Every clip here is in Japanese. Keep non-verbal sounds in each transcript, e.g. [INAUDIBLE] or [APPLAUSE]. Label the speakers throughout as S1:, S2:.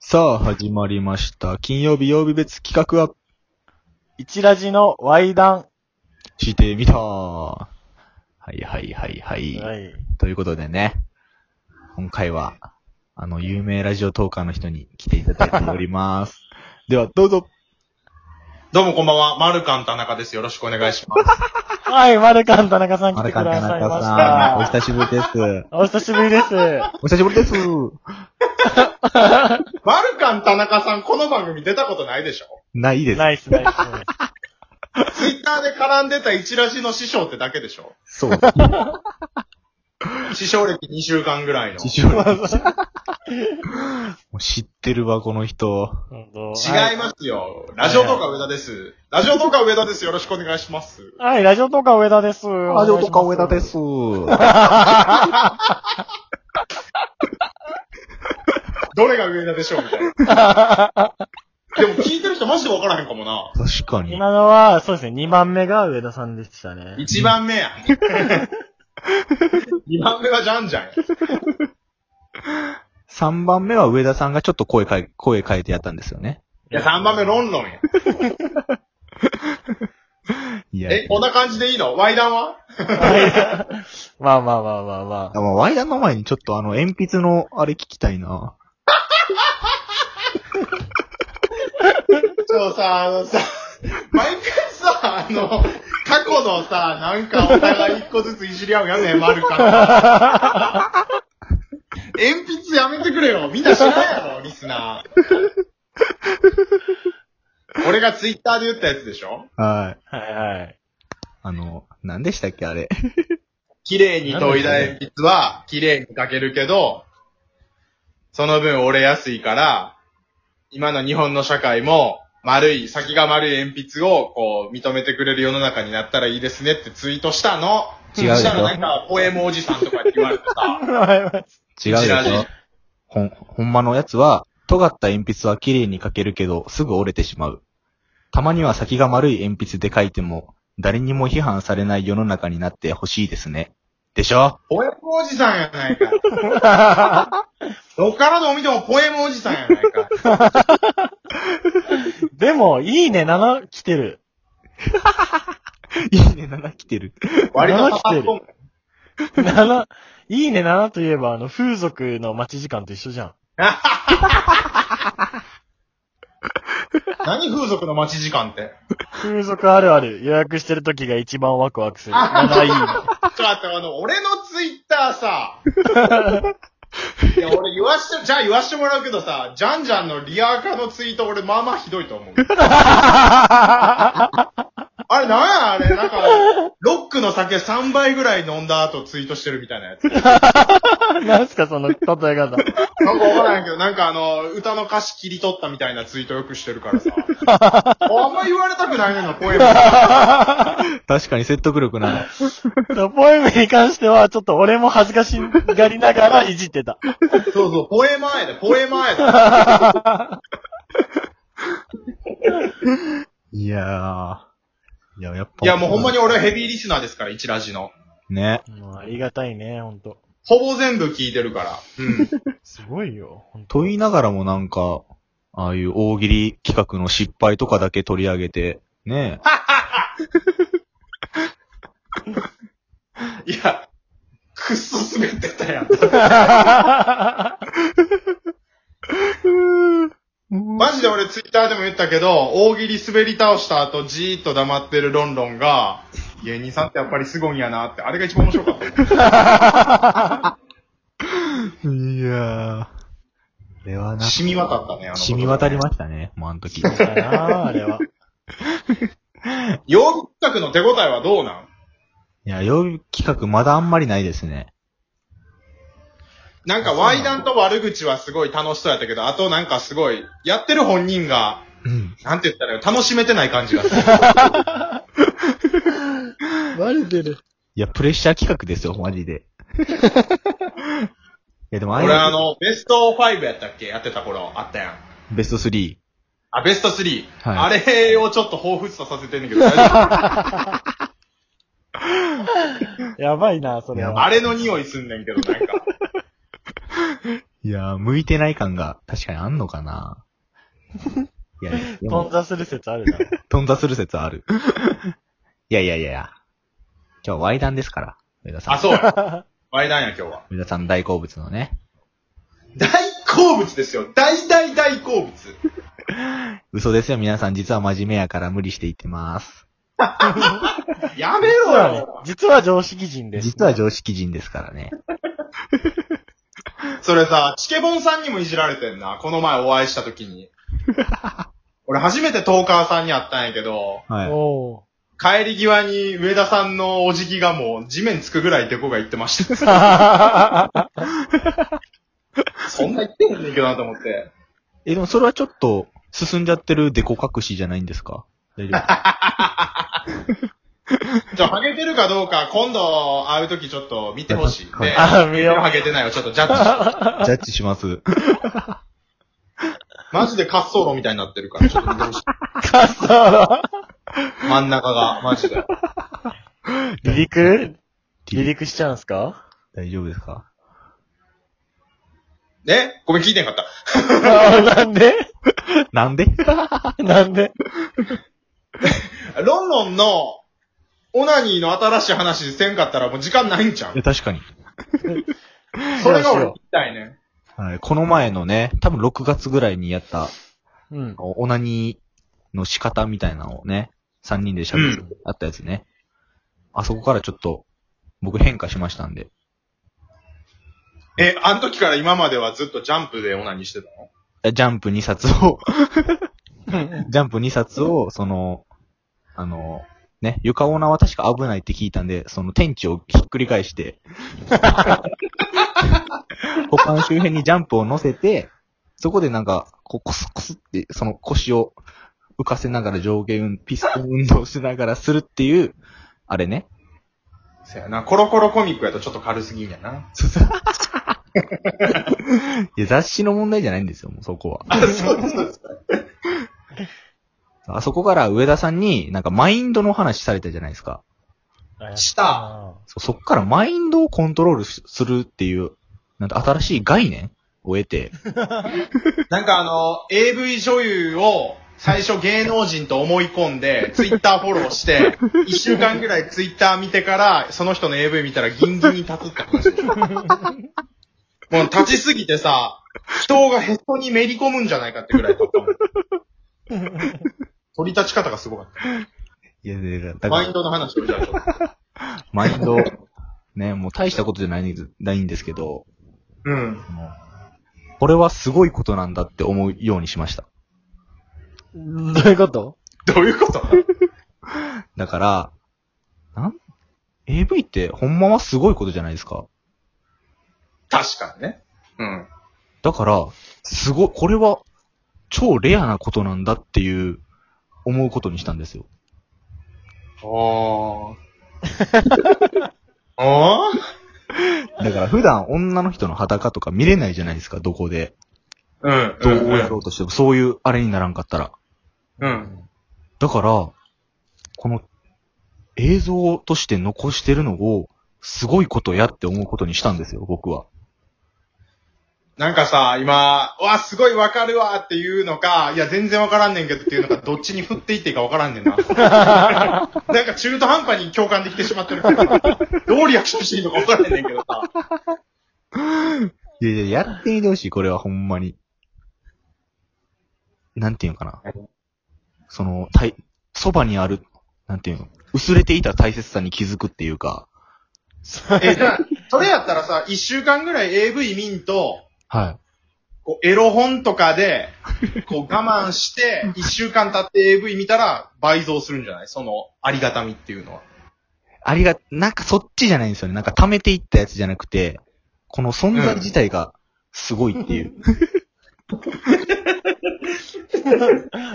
S1: さあ、始まりました。金曜日曜日別企画は、
S2: 一ラジのワイダ
S1: してみた。はいはいはいはい。
S2: ン。はい。
S1: ということでね、今回は、あの、有名ラジオトーカーの人に来ていただいております。 [LAUGHS] では、どうぞ。
S3: どうもこんばんは、マルカン田中です。よろしくお願いし
S1: [LAUGHS]
S3: ます。
S2: はい、マルカン田中さん来
S1: あ
S2: て
S1: れ
S2: く
S1: か
S2: だ
S1: 田
S2: さいま
S1: 中
S2: し
S1: さん、お久
S2: た。
S1: しぶりです。
S2: お久しぶ
S1: [LAUGHS]
S2: りです。
S1: お久しぶりです。
S3: マルカン田中さん、この番組出たことないでしょ
S1: ないです。
S2: ナイスナイス。
S3: ツイッターで絡んでた一ラジの師匠ってだけでしょ
S1: そう。
S3: 師匠歴2週間ぐらいの。
S1: 師匠 [LAUGHS] もう知ってるわ、この人。
S2: 本当
S3: 違いますよ。ラジオ動画上田です。ラジオ動画上田です。よろしくお願いします。
S2: はい、はいラジオトーカー上田です。
S1: ラジオトーカー上田で
S2: お
S1: す。
S3: どれが上田でしょうみたいな。
S1: [LAUGHS]
S3: でも聞いてる人マジでわからへんかもな。
S1: 確か
S2: 願いします。
S1: に。
S2: 今のは、そうですね、2番目が上田さんでしたね。
S3: 1番目
S1: [LAUGHS]
S3: や。2番目はジャンジャンや。
S1: 3番目は上田さんがちょっと声変え、声変えてやったんですよね。
S3: いや、3番目ロンロンや。
S1: いや
S3: え、こんな感じでいいのワイダンは
S2: [LAUGHS] まあまあまあまあま
S1: あまあ、ワイダンの前にちょっとあの、鉛筆のあれ聞きたいな。
S3: ちょ、さ、あのさ、毎回さ、あの、過去のさ、なんかお互い一個ずついじり合うやねん、マルカン。鉛筆やめてくれよ。みんな知らんやろ、リスナー。俺がツイッターで言ったやつでしょ
S1: はい。
S2: あ。はいはい。
S1: あの、何でしたっけあれ。
S3: 綺麗に研いだ鉛筆は、綺麗に書けるけど、その分折れやすいから、今の日本の社会も、丸い、先が丸い鉛筆を、こう、認めてくれる世の中になったらいいですねってツイートしたの。
S1: 違うでしょ
S3: そしたらなんか、ポエムおじさんとかって言われてさ、
S1: 違うでし
S3: 知ら
S1: ょ
S3: ね。
S1: ほん、ほんまのやつは、尖った鉛筆は綺麗に書けるけど、すぐ折れてしまう。たまには先が丸い鉛筆で書いても、誰にも批判されない世の中になってほしいですね。でしょ
S3: ポエムおじさんやないか。どっからどう見てもポエムおじさんやないか。
S2: でも、いいね、7来てる。
S1: [LAUGHS] いいね、7来てる。
S3: 割と刺さっとんねん
S2: 7、いいね、7といえば、あの、風俗の待ち時間と一緒じゃん。
S3: 何風俗の待ち時間って。
S2: 風俗あるある予約してる時が一番ワクワクする。7いいね。
S3: ちょっと待って、あの、俺のツイッターさ、いや、俺言わして、じゃあ言わしてもらうけどさ、ジャンジャンのリアカのツイート俺まあまあひどいと思う。あれなんやあれ、なんか、ロックの酒3杯ぐらい飲んだ後ツイートしてるみたいなやつ。なんか
S2: なんすか、その例え方。
S3: わからんけど、なんかあの、歌の歌詞切り取ったみたいなツイートよくしてるからさ。あんま言われたくないねんな、ポエム。
S1: 確かに説得力ない。
S2: ポエムに関しては、ちょっと俺も恥ずかしがりながらいじってた。
S3: そうそう、ポエマーやで、ポエマーやで。
S1: いやー。いや、やっぱ。
S3: いや、もうほんまに俺はヘビーリスナーですから、一ラジの。
S1: ね。
S2: もうありがたいね、ほんと。
S3: ほぼ全部聞いてるから。うん。
S2: すごいよ、ほんと。
S1: と言いながらもなんか、ああいう大喜利企画の失敗とかだけ取り上げて、ね
S3: [LAUGHS] いや、くっそ滑ってたやん。 [LAUGHS] マジで俺ツイッターでも言ったけど、大喜利滑り倒した後じーっと黙ってるロンロンが、芸人さんってやっぱりすごいんやなって、あれが一番面白かった。
S1: え。いやー。れ [LAUGHS] はな、染
S3: 染み渡ったね、あの。
S1: み渡り
S3: ま
S1: ましたね、もうあの
S3: [LAUGHS]
S1: 時。
S2: だなあれは。
S3: す。曜日企画の手応えはどうなん
S1: いや、曜日企画まだあんまりないですね。
S3: なんか、ワイダンと悪口はすごい楽しそうやったけど、あとなんかすごい、やってる本人が、
S1: うん。
S3: なんて言ったらいいの楽しめてない感じがする。
S2: バレてる。
S1: いや、プレッシャー企画ですよ、マジ
S3: [LAUGHS]
S1: で。いや、でもあ
S3: 俺あ
S1: れ、
S3: の、ベスト5やったっけやってた頃、あったやん。
S1: ベスト3。
S3: あ、ベスト3。
S1: は
S3: あれをちょっと彷彿とさせてんだけど、大丈夫
S2: やばいな、それ
S1: やば
S2: は。
S3: あれの匂いすんねんけど、なんか。
S1: いやー、向いてない感が確かにあんのかないやいや、でも、
S2: 頓挫する説あるな。
S1: 頓挫する説ある。いやいやいやいや。今日、ワイダンですから。上田さん。
S3: あ、そうや。ワイダンや、今日は。
S1: 上田さん大好物のね。
S3: 大好物ですよ。大大大好物。
S1: 嘘ですよ、皆さん。実は真面目やから無理して言ってます。
S3: やめ
S2: 実
S3: ろ
S2: はね
S3: よ。、
S2: 実は常識人です、
S1: 実は常識人ですからね。
S3: それさ、チケボンさんにもいじられてんな。この前お会いした時に。俺初めてトーカーさんに会ったんやけど、
S1: はい。
S2: お
S3: 帰り際に上田さんのお辞儀がもう地面つくぐらいデコが言ってました。
S2: ー
S3: そんな言ってんねんけどなと思って。
S1: え、でもそれはちょっと、進んじゃってるデコ隠しじゃないんですか大丈夫 [LAUGHS]
S3: じゃあ、ハゲてるかどうか、今度会う時ちょっと見てほしい。
S1: はい
S3: で、ハ
S2: あ、 [LAUGHS] 見よう。
S3: ゲてないをちょっとジャッジ [LAUGHS] して。
S1: ジャッジします。
S3: マジで滑走路みたいになってるから、ちょっと見てほしい。
S2: 滑走路。
S3: 真ん中が、マジで。
S2: 離陸離陸しちゃうんすか
S1: 大丈夫ですか
S3: えごめん、聞いてんかった。
S2: あなんで
S1: なん [LAUGHS] で
S2: なんで
S3: ロンロンの、オナニーの新しい話せんかったらもう時間ないんちゃう
S1: え確かに。
S3: それが俺
S2: ど
S3: 聞
S2: う
S3: きたいね。
S1: はい。この前のね、多分6月ぐらいにやった、
S2: しよううん。
S1: オナニーの仕方みたいなのをね、3人で喋って、あったやつね。あそこからちょっと、僕変化しましたんで。
S3: え、あの時から今まではずっとジャンプでオナニーしてたの
S1: えジャンプ2冊を、ジャンプ2冊を、その、あの、ね、床オナは確か危ないって聞いたんで、その天地をひっくり返して、股間周辺にジャンプを乗せて、そこでなんか、こう、コスコスって、その腰を浮かせながら上下運、ピストン運動しながらするっていう、あれね。
S3: せやな、コロコロコミックやとちょっと軽すぎんや [LAUGHS] な。
S1: いや、雑誌の問題じゃないんですよ、もうそこは。
S3: あ、そうそうそう。
S1: あそこから上田さんになんかマインドの話されたじゃないですか。
S3: した。
S1: そうそっからマインドをコントロールすするっていう、なんて新しい概念を得て、
S3: なんかあの、AV 女優を最初芸能人と思い込
S1: [LAUGHS]
S3: んで、ツイッターフォローして、一週間ぐらいツイッター見てから、その人の AV 見たらギンギンに立つって話
S1: [LAUGHS]
S3: でしょ。もう立ちすぎてさ、人がヘッドにめり込むんじゃないかってぐらい立ったもん。
S1: [LAUGHS]
S3: 取り立ち方がすごかっ
S1: [LAUGHS] いや、いやだか
S3: た。マイン
S1: ら、
S3: ドの話をじゃあちょっと。
S1: マインド、 [LAUGHS] ね、もう大したことじゃないんですないんですけど、
S3: うん。
S1: あのこれはすごいことなんだって思うようにしました。
S2: うんどういうこと
S3: どういうこと
S1: だから、なん ?AV ってほんまはすごいことじゃないですか。
S3: 確かにね。うん。
S1: だから、すごい、これは超レアなことなんだっていう、思うことにしたんですよ。
S3: ああ。 [LAUGHS] ああ
S1: だから普段女の人の裸とか見れないじゃないですか、どこで。
S3: うん。
S1: どうやろうとしても、そういうあれにならんかったら。
S3: うん。
S1: だから、この映像として残してるのを、すごいことやって思うことにしたんですよ、僕は。
S3: なんかさ、今、うわ、すごいわかるわっていうのか、いや、全然わからんねんけどっていうのか、どっちに振っていっていいかわからんねんな。なんか中途半端に共感できてしまってるから、どうリアクションしていいのかわからんねんけどさ。
S1: いやいや、やってみてほしい、これはほんまに。なんていうのかな。その、たい、そばにある、なんていうの、薄れていた大切さに気づくっていうか。
S3: え、じゃあ、それやったらさ、一週間ぐらい AV 見んと、
S1: は
S3: こう、エロ本とかで、こう、我慢して、一週間経って AV 見たら倍増するんじゃないその、ありがたみっていうのは。
S1: い。ありが、なんかそっちじゃないんですよね。なんか溜めていったやつじゃなくて、この存在自体がすごいっていう。
S2: [LAUGHS]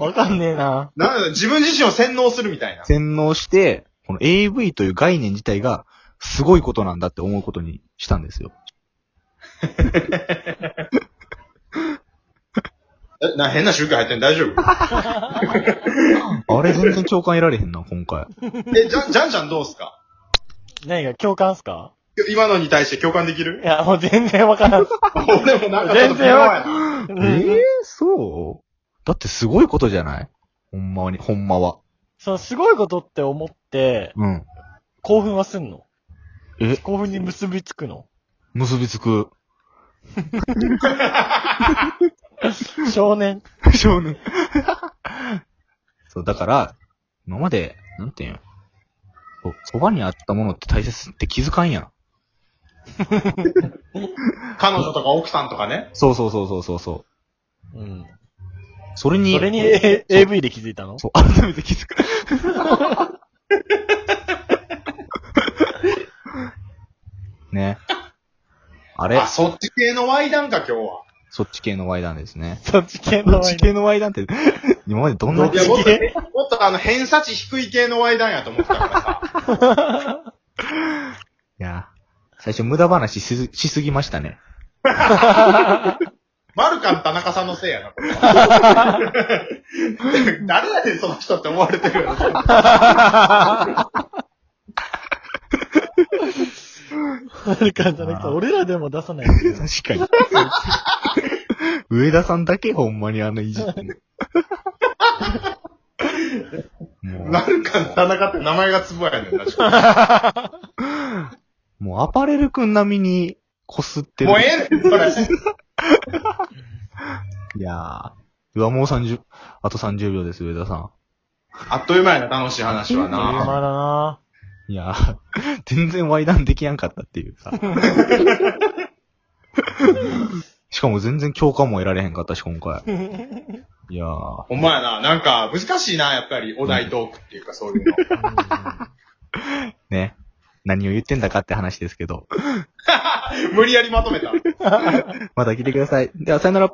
S2: わかんねえな。
S3: なんだ自分自身を洗脳するみたいな。
S1: 洗脳して、この AV という概念自体がすごいことなんだって思うことにしたんですよ。
S3: え、な、変な宗教入ってんの大丈夫
S1: あれ全然共感得られへんな、今回。
S3: え、じゃん、じゃんじゃんどうすか
S2: 何が共感っすか
S3: 今のに対して共感でき
S2: い [LAUGHS]
S3: る
S2: や、もう全然わからん。
S3: 俺もなんかちょっと
S2: 全然わ
S3: 微妙やな
S2: う
S1: え
S2: ん
S1: ー、そうだってすごいことじゃないほんまに、ほんまは。
S2: そのすごいことって思って、
S1: うん。
S2: 興奮はすんの
S1: え
S2: 興奮に結びつくの
S1: 結びつく。
S2: 少年。
S1: 少年。 [LAUGHS] そう、だから、今まで、なんていうんそうそばにあったものって大切って気づかんやん。
S3: 彼女とか奥さんとかね。
S1: そうそうそうそうそうそう。
S2: うん。
S1: それに、
S2: それに A- AV で気づいたの
S1: そう、改めて気づく。ね。あれ
S3: あ、そっち系のワイダンか、今日は。
S1: そっち系の Y 談ですね。
S2: そっち系
S1: そ
S2: の
S1: っち系の Y 談って、 [LAUGHS] 今までどんない
S3: や、
S2: ど
S3: も
S2: っ
S3: っ
S2: ち
S3: と
S2: 系、
S3: もっとあの、偏差値低い系のワイダンやと思ってたからさ。
S2: [LAUGHS]
S1: いや、最初無駄話しすしすぎましたね。
S3: マルカン田中さんのせいや
S2: [LAUGHS]
S3: な、これは誰やねん、その人って思われてるよな。
S2: はるかじ [LAUGHS] ゃなくて、俺らでも出さない。
S1: 確かに。 [LAUGHS] 上田さんだけほんまにあのいじってる。も
S3: マルカン田中って名前がつぶやねんな、ちょっ
S1: う、もうアパレルくん並みにこすって
S3: と
S1: る。
S3: もうええねん、それ。
S1: いやー。うわ、もう30、あと30秒です、上田さ
S3: あっという間やな、楽しい話は
S2: まだ
S3: な。
S2: ない
S1: やー、 [LAUGHS] 全然ワイダンできやんかったっていうさ。しかも全然共感も得られへんかったし、今回。いやー。
S3: ほんまやな、なんか、難しいな、やっぱり、お題トークっていうか、そういうの。
S1: ね。何を言ってんだかって話ですけど。
S3: 無理やりまとめた。
S1: また聞いてください。では、さよなら。